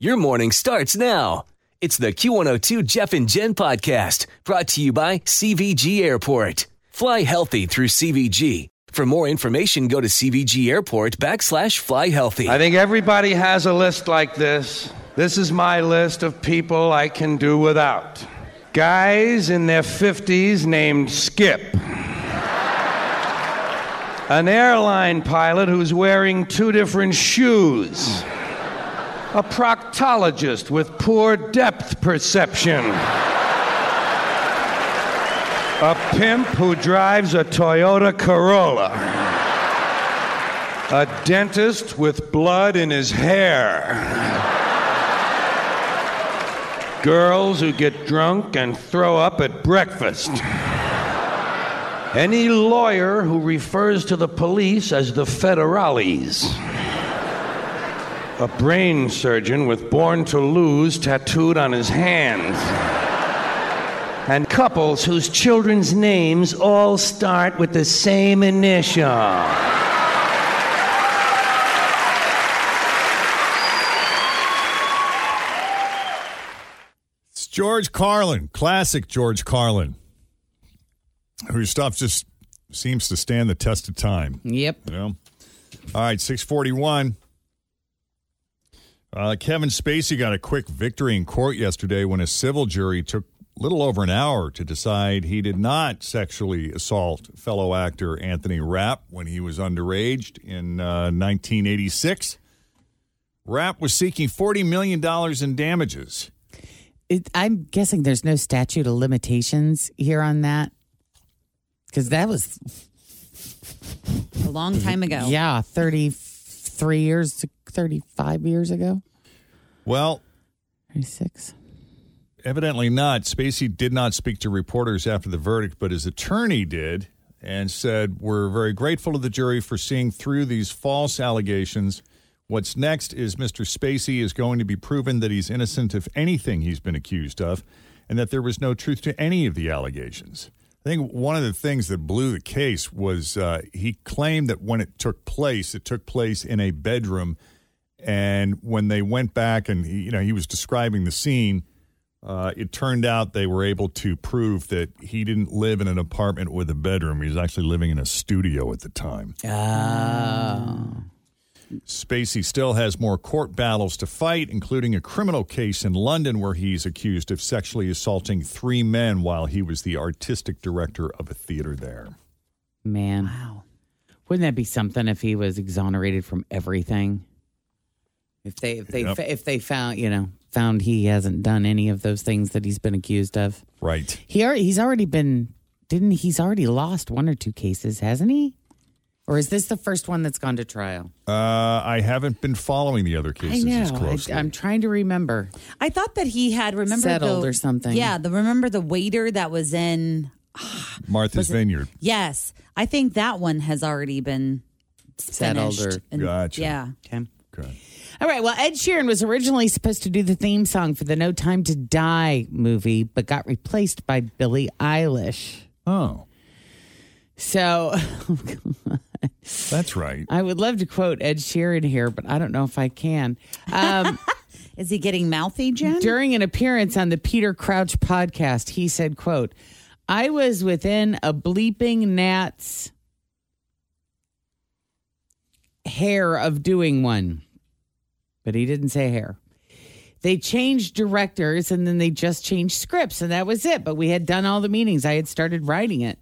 Your morning starts now. It's the Q102 Jeff and Jen podcast brought to you by CVG Airport. Fly healthy through CVG. For more information, go to CVG Airport backslash fly healthy. I think everybody has a list like this. This is my list of people I can do without. Guys in their 50s named Skip. An airline pilot who's wearing two different shoes. A proctologist with poor depth perception. A pimp who drives a Toyota Corolla. A dentist with blood in his hair. Girls who get drunk and throw up at breakfast. Any lawyer who refers to the police as the federales. A brain surgeon with born to lose tattooed on his hands. And couples whose children's names all start with the same initial. It's George Carlin, classic George Carlin, whose stuff just seems to stand the test of time. Yep. You know? All right, 641. Uh, Kevin Spacey got a quick victory in court yesterday when a civil jury took a little over an hour to decide he did not sexually assault fellow actor Anthony Rapp when he was underage in uh, 1986. Rapp was seeking $40 million in damages. It, I'm guessing there's no statute of limitations here on that because that was a long time ago. yeah, 33 years, 35 years ago, Well, 36. Evidently not. Spacey did not speak to reporters after the verdict, but his attorney did and said, We're very grateful to the jury for seeing through these false allegations. What's next is Mr. Spacey is going to be proven that he's innocent of anything he's been accused of and that there was no truth to any of the allegations. I think one of the things that blew the case was uh, he claimed that when it took place, it took place in a bedroom. And when they went back and, he, you know, he was describing the scene, uh, it turned out they were able to prove that he didn't live in an apartment with a bedroom. He was actually living in a studio at the time. Uh, Oh, Spacey still has more court battles to fight, including a criminal case in London where he's accused of sexually assaulting three men while he was the artistic director of a theater there. Man. Wow. Wouldn't that be something if he was exonerated from everything? If they if they Yep. if they found, you know, found he hasn't done any of those things that he's been accused of. Right. He already, he's already been didn't he's already lost one or two cases, hasn't he? Or is this the first one that's gone to trial? Uh, I haven't been following the other cases as closely. I, am trying to remember. I thought that he had remembered Settled the, or something. Yeah, the remember the waiter that was in. Martha's Vineyard. Yes, I think that one has already been Settled finished. or- And- Gotcha. Yeah, Okay. Okay. All right. Well, Ed Sheeran was originally supposed to do the theme song for the No Time to Die movie, but got replaced by Billie Eilish. Oh, So that's right. I would love to quote Ed Sheeran here, but I don't know if I can. Um, is he getting mouthy, Jen? during an appearance on the Peter Crouch podcast, he said, quote, I was within a bleeping gnat's hair of doing one. But he didn't say hair. They changed directors and then they just changed scripts and that was it. But we had done all the meetings. I had started writing it.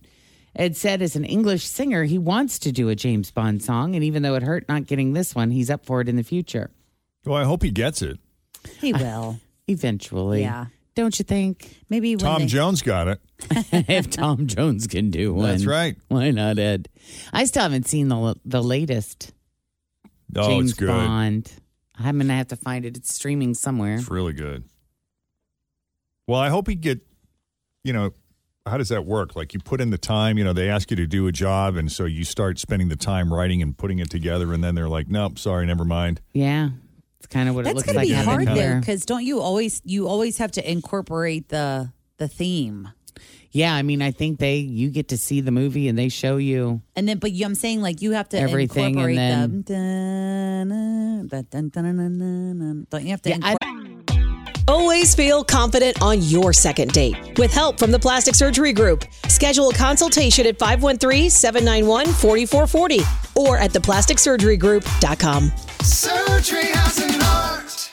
Ed said as an English singer, he wants to do a James Bond song. And even though it hurt not getting this one, he's up for it in the future. Well, I hope he gets it. he will. Eventually. Yeah. Don't you think? Maybe when Tom they- Jones got it. if Tom Jones can do one. That's right. Why not Ed? I still haven't seen the the latest Oh, James it's good. Bond. I'm gonna have to find it. It's streaming somewhere. It's really good. Well, I hope you get, you know, how does that work? Like you put in the time, you know, they ask you to do a job, and so you start spending the time writing and putting it together, and then they're like, nope, sorry, never mind. Yeah, it's kind of what it That's looks gonna like. be having hard though, here. because don't you always you always have to incorporate the the theme, Yeah, I mean, I think they you get to see the movie and they show you. and then but you, I'm saying like you have to Everything and incorporate the dun, dun, dun, dun, dun, dun, dun. don't you have to? Yeah, I- incorporate- Always feel confident on your second date. With help from the Plastic Surgery Group, schedule a consultation at 513 791 4440 or at theplasticsurgerygroup.com. Surgery has an art.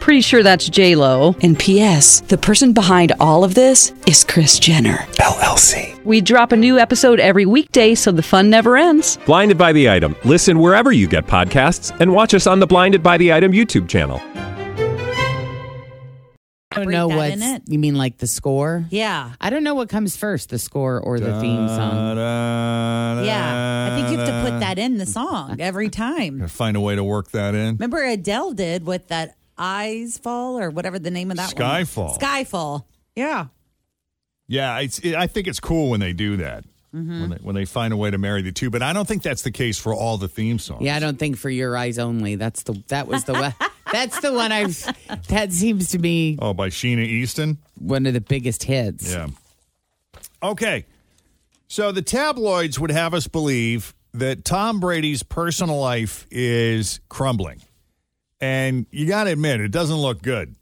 Pretty sure that's J Lo. And P.S. The person behind all of this is Chris Jenner. LLC. We drop a new episode every weekday, so the fun never ends. Blinded by the item. Listen wherever you get podcasts, and watch us on the Blinded by the Item YouTube channel. I don't Break know that what in it. you mean, like the score. yeah, I don't know what comes first, the score or the theme song. yeah. I think you have to Uh, put that in the song every time. Gotta Find a way to work that in. Remember Adele did with that Eyes Fall or whatever the name of that one. Skyfall. Skyfall. Yeah. Yeah, it's, it, I think it's cool when they do that. Mm-hmm. When, they, when they find a way to marry the two, but I don't think that's the case for all the theme songs. Yeah, I don't think for your eyes only. That's the that was the one. That's the one I've. That seems to be Oh, by Sheena Easton. one of the biggest hits. Yeah. Okay. So the tabloids would have us believe that Tom Brady's personal life is crumbling. And you got to admit, it doesn't look good.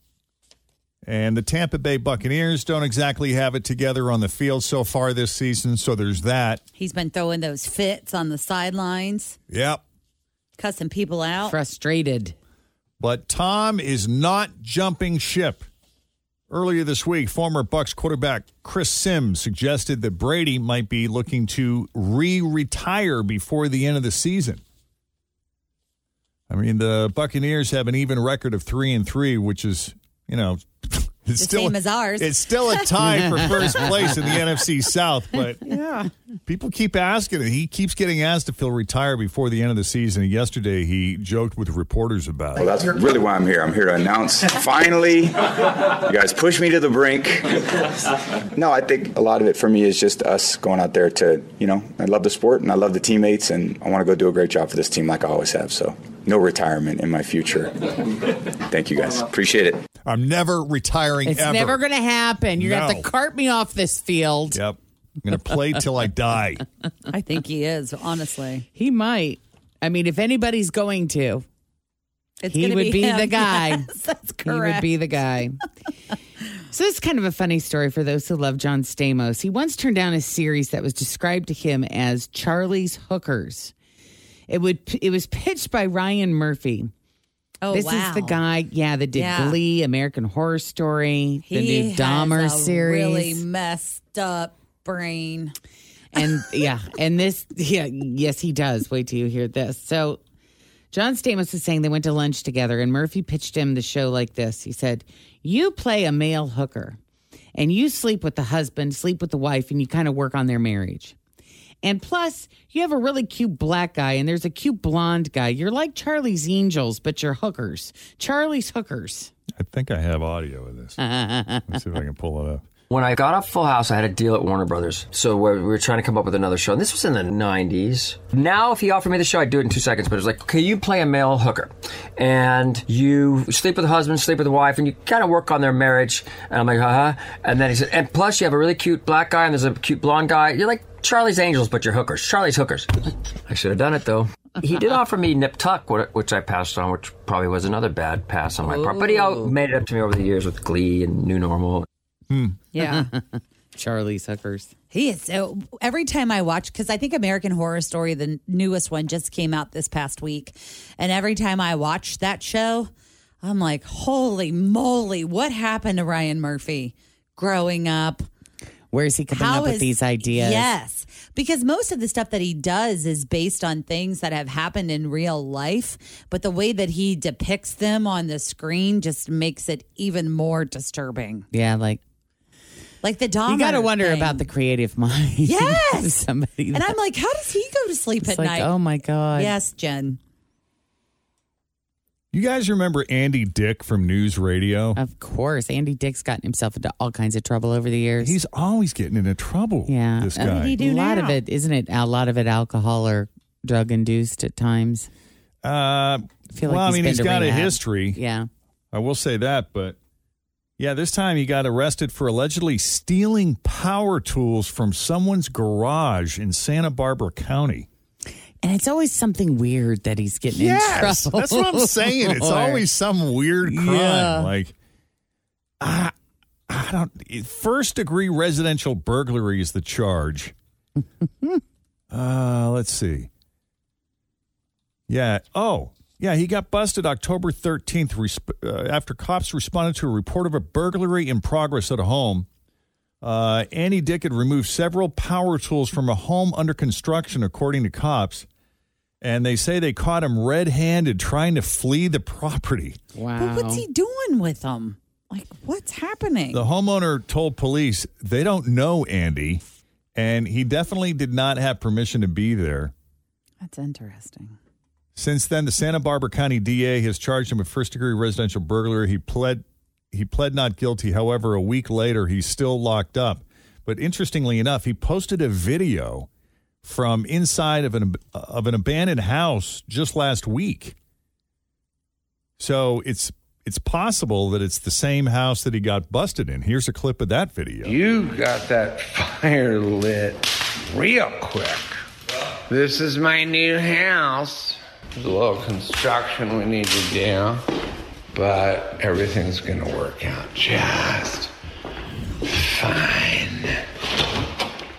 And the Tampa Bay Buccaneers don't exactly have it together on the field so far this season. So there's that. He's been throwing those fits on the sidelines, Yep. cussing people out. Frustrated. But Tom is not jumping ship. Earlier this week, former Bucks quarterback Chris Sims suggested that Brady might be looking to re-retire before the end of the season. I mean, the Buccaneers have an even record of three and three, which is, you know, it's still same as ours. It's still a tie for first place in the NFC South, but yeah, people keep asking it. He keeps getting asked if he'll retire before the end of the season. And yesterday, he joked with reporters about it. Well, that's really why I'm here. I'm here to announce finally, you guys push me to the brink. No, I think a lot of it for me is just us going out there to, you know, I love the sport and I love the teammates and I want to go do a great job for this team like I always have. So, no retirement in my future. Thank you guys. Appreciate it. I'm never retiring It's ever. never going to happen. You're going to have No. to cart me off this field. yep. I'm going to play till I die. I think he is, honestly. He might. I mean, if anybody's going to, It's he gonna would be, him. the guy. Yes, that's correct. He would be the guy. so this is kind of a funny story for those who love John Stamos. He once turned down a series that was described to him as Charlie's Hookers. It would it was pitched by Ryan Murphy. oh, this wow. is the guy, yeah, that did Yeah. Glee, American Horror Story, He the new has Dahmer a series. really messed up brain. And yeah, and this, yeah, yes, he does. Wait till you hear this. So, John Stamos was saying they went to lunch together, and Murphy pitched him the show like this. He said, "You play a male hooker, and you sleep with the husband, sleep with the wife, and you kind of work on their marriage. And plus, you have a really cute black guy, and there's a cute blonde guy. You're like Charlie's Angels, but you're hookers. Charlie's hookers. I think I have audio of this. Let's see if I can pull it up. When I got off Full House, I had a deal at Warner Brothers. So we we were trying to come up with another show. And this was in the 90s. Now, if he offered me the show, I'd do it in two seconds. But it was like, okay, you play a male hooker. And you sleep with the husband, sleep with the wife, and you kind of work on their marriage. And I'm like, uh huh. And then he said, and plus you have a really cute black guy and there's a cute blonde guy. You're like Charlie's Angels, but you're hookers. Charlie's Hookers. I should have done it, though. He did offer me Nip Tuck, wh- which I passed on, which probably was another bad pass on my part. But he all made it up to me over the years with Glee and New Normal. Yeah. Charlie's hookers. He is. So every time I watch, because I think American Horror Story, the newest one, just came out this past week. And every time I watch that show, I'm like, holy moly, what happened to Ryan Murphy growing up? Where's he coming How up with is- these ideas? Yes, because most of the stuff that he does is based on things that have happened in real life, but the way that he depicts them on the screen just makes it even more disturbing. Yeah, like Like the Dahmer. you got to wonder thing. about the creative mind. Yes! somebody. And I'm like, how does he go to sleep it's at like, night? oh my god. yes, Jen. You guys remember Andy Dick from News Radio? Of course, Andy Dick's gotten himself into all kinds of trouble over the years. He's always getting into trouble. yeah, This Uh, guy. he do a lot now? of it, isn't it? A lot of it, alcohol or drug induced at times. Uh, I feel like well, I he's mean, been he's to got a rehab. history. Yeah, I will say that, but yeah, this time he got arrested for allegedly stealing power tools from someone's garage in Santa Barbara County. and it's always something weird that he's getting Yes, in trouble. that's what I'm saying. It's for. always some weird crime. Yeah. Like, I, I don't. First degree residential burglary is the charge. uh, let's see. Yeah. Oh, yeah. He got busted October 13th resp- uh, after cops responded to a report of a burglary in progress at a home. Uh, Annie Dick had removed several power tools from a home under construction, according to cops. And they say they caught him red handed trying to flee the property. wow. But what's he doing with them? Like, what's happening? The homeowner told police they don't know Andy, and he definitely did not have permission to be there. That's interesting. Since then, the Santa Barbara County DA has charged him with first degree residential burglary. He pled he pled not guilty. However, a week later, he's still locked up. But interestingly enough, he posted a video from inside of an of an abandoned house just last week. So it's it's possible that it's the same house that he got busted in. Here's a clip of that video. You got that fire lit real quick. This is my new house. There's a little construction we need to do, but everything's gonna work out just fine.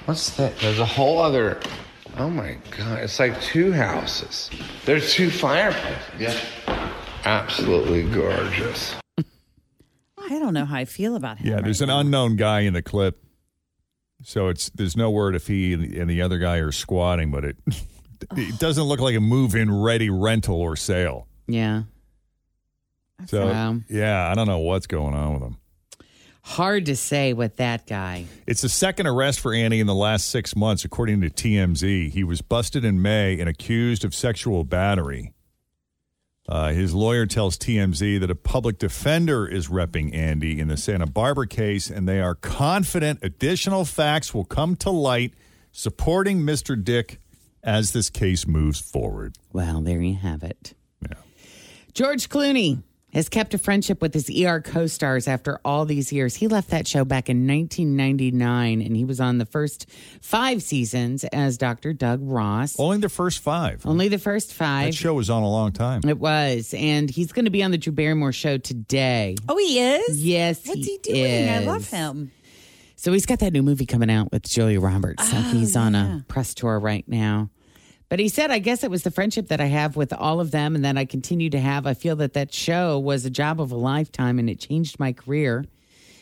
What's that? There's a whole other. Oh my god, it's like two houses. There's two fireplaces. Yeah. Absolutely gorgeous. I don't know how I feel about him. Yeah, right there's an now. unknown guy in the clip. So it's there's no word if he and the- and the other guy are squatting, but it it doesn't look like a move-in ready rental or sale. yeah, So Wow. yeah, I don't know what's going on with him. hard to say with that guy. It's the second arrest for Annie in the last six months, according to TMZ. He was busted in May and accused of sexual battery. Uh, his lawyer tells TMZ that a public defender is repping Andy in the Santa Barbara case, and they are confident additional facts will come to light supporting Mr. Dick as this case moves forward. Well, there you have it. George Clooney has kept a friendship with his ER co stars after all these years. He left that show back in 1999 and he was on the first five seasons as Dr. Doug Ross. Only the first five. Only the Oh. first That five. show was on a long time. It was. And he's going to be on the Drew Barrymore show today. Oh, he is? Yes, What's he he, doing? I love is. him. So he's got that new movie coming out with Julia Roberts. So he's on a press tour right now. But he said, I guess it was the friendship that I have with all of them and that I continue to have. I feel that that show was a job of a lifetime and it changed my career.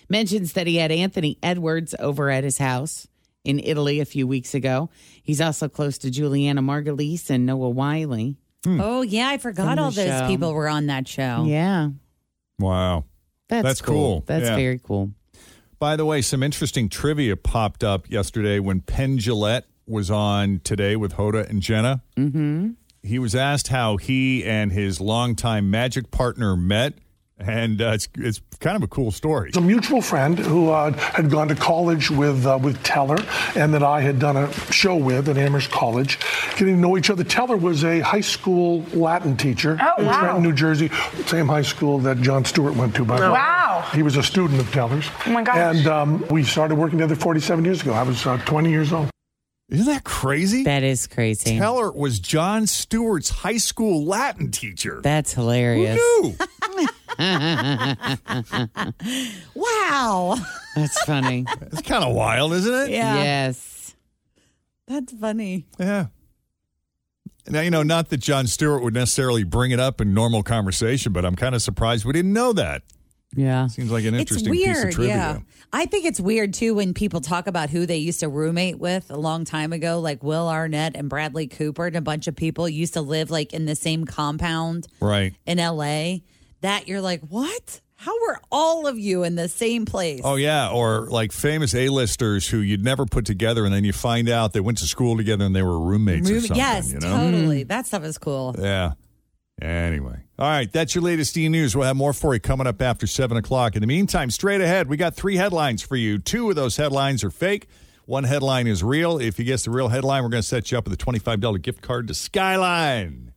Mentions that he had Anthony Edwards over at his house in Italy a few weeks ago. He's also close to Juliana Margulies and Noah Wiley. Oh, yeah. I From forgot the all those show. people were on that show. Yeah. Wow. That's, That's cool. That's Yeah. very cool. By the way, some interesting trivia popped up yesterday when Penn Gillette was on today with Hoda and Jenna. Mm-hmm. He was asked how he and his longtime magic partner met, and uh, it's, it's kind of a cool story. a mutual friend who uh, had gone to college with uh, with Teller, and that I had done a show with at Amherst College, getting to know each other. Teller was a high school Latin teacher in Trenton, New Jersey, same high school that John Stewart went to. By the way, wow, he was a student of Teller's. Oh my gosh! And um, we started working together 47 years ago. I was uh, 20 years old. Isn't that crazy? That is crazy. Teller was John Stewart's high school Latin teacher. That's Who hilarious. knew? Wow. That's funny. It's kind of wild, isn't it? Yeah. Yes. That's funny. Yeah. Now, you know, not that John Stewart would necessarily bring it up in normal conversation, but I'm kind of surprised we didn't know that. Yeah. Seems like an It's interesting weird, piece of trivia. yeah. I think it's weird too when people talk about who they used to roommate with a long time ago, like Will Arnett and Bradley Cooper, and a bunch of people used to live like in the same compound Right. in LA. That you're like, what? How were all of you in the same place? Oh yeah, or like famous A-listers who you'd never put together, and then you find out they went to school together and they were roommates or Room- something. yes, you know? Hmm. totally. That stuff is cool. Yeah. Anyway. All right. That's your latest E News. We'll have more for you coming up after 7 o'clock. In the meantime, straight ahead, we got three headlines for you. Two of those headlines are fake. One headline is real. If you guess the real headline, we're going to set you up with a $25 gift card to Skyline.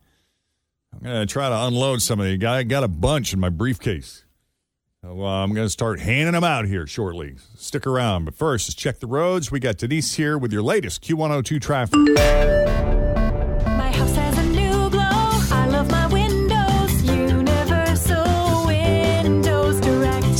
I'm going to try to unload some of these. I got a bunch in my briefcase. So, uh, I'm going to start handing them out here shortly. Stick around. But first, let's check the roads. We got Denise here with your latest Q102 traffic. My house has a new glow. I love my windows. Universal Windows Direct.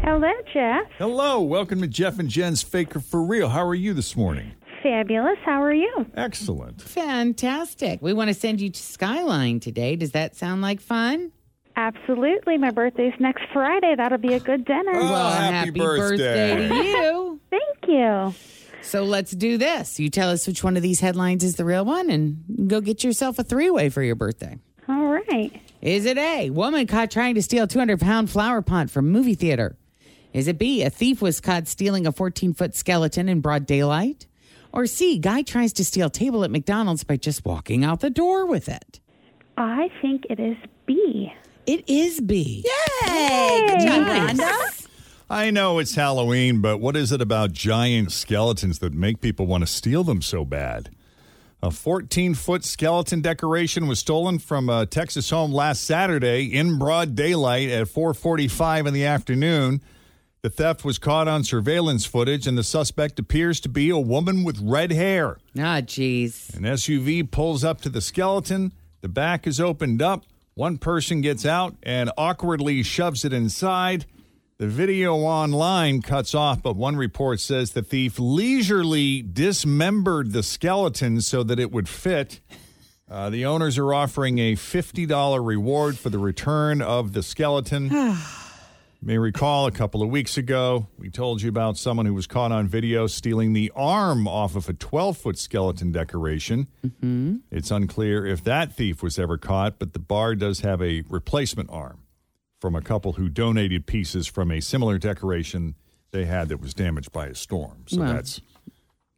Hello, Jeff. Hello, welcome to Jeff and Jen's Faker for Real. How are you this morning? Fabulous. How are you? Excellent. Fantastic. We want to send you to Skyline today. Does that sound like fun? Absolutely. My birthday's next Friday. That'll be a good dinner. Ah, well, happy, birthday. to you. Thank you. So let's do this. You tell us which one of these headlines is the real one and go get yourself a three way for your birthday. All right. Is it A, woman caught trying to steal 200 pound flower pot from movie theater? Is it B, a thief was caught stealing a 14 foot skeleton in broad daylight? Or C, guy tries to steal table at McDonald's by just walking out the door with it? I think it is B. It is B. Yay! Good job, Rhonda. I know it's Halloween, but what is it about giant skeletons that make people want to steal them so bad? A 14 foot skeleton decoration was stolen from a Texas home last Saturday in broad daylight at 4:45 in the afternoon. The theft was caught on surveillance footage, and the suspect appears to be a woman with red hair. Ah, jeez. An SUV pulls up to the skeleton. The back is opened up. One person gets out and awkwardly shoves it inside. The video online cuts off, but one report says the thief leisurely dismembered the skeleton so that it would fit. Uh, the owners are offering a $50 reward for the return of the skeleton. you may recall a couple of weeks ago, we told you about someone who was caught on video stealing the arm off of a 12 foot skeleton decoration. Hmm? It's unclear if that thief was ever caught, but the bar does have a replacement arm from a couple who donated pieces from a similar decoration they had that was damaged by a storm. So Well. that's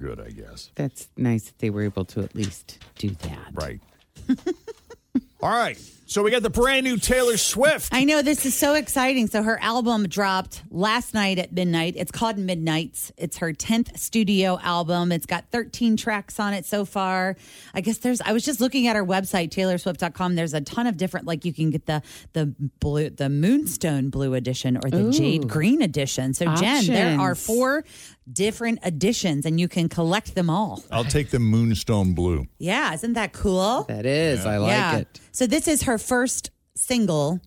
good, I guess. That's nice that they were able to at least do that. Right. All right. So we got the brand new Taylor Swift. I know this is so exciting. So her album dropped last night at midnight. It's called Midnights. It's her 10th studio album. It's got 13 tracks on it so far. I guess there's I was just looking at her website taylorswift.com. There's a ton of different like you can get the the blue the moonstone blue edition or the Ooh. jade green edition. So Jen, there are Options. four different editions and you can collect them all. I'll take the Moonstone Blue. Yeah, isn't that cool? That is. I like it. So this is her first single.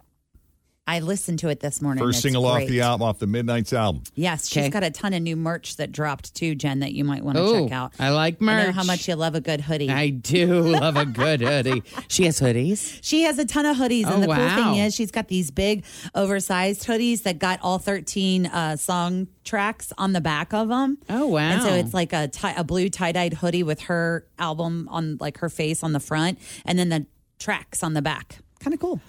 I listened to it this morning. First It's single off great. the album, off the Midnight's album. Yes, she's Okay. got a ton of new merch that dropped too, Jen, that you might want to Oh, check out. I like I know merch. how much you love a good hoodie. I do love a good hoodie. She has hoodies. She has a ton of hoodies, Oh, and the cool wow. thing is she's got these big, oversized hoodies that got all thirteen uh, song tracks on the back of them. Oh wow! And so it's like a tie, a blue tie dyed hoodie with her album on like her face on the front, and then the tracks on the back. Kind of cool.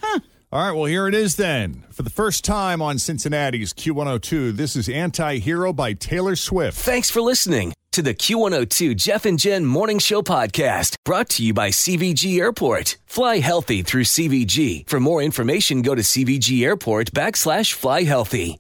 All right, well, here it is then. For the first time on Cincinnati's Q102, this is Anti Hero by Taylor Swift. Thanks for listening to the Q102 Jeff and Jen Morning Show podcast brought to you by CVG Airport. Fly healthy through CVG. For more information, go to CVG Airport backslash fly healthy.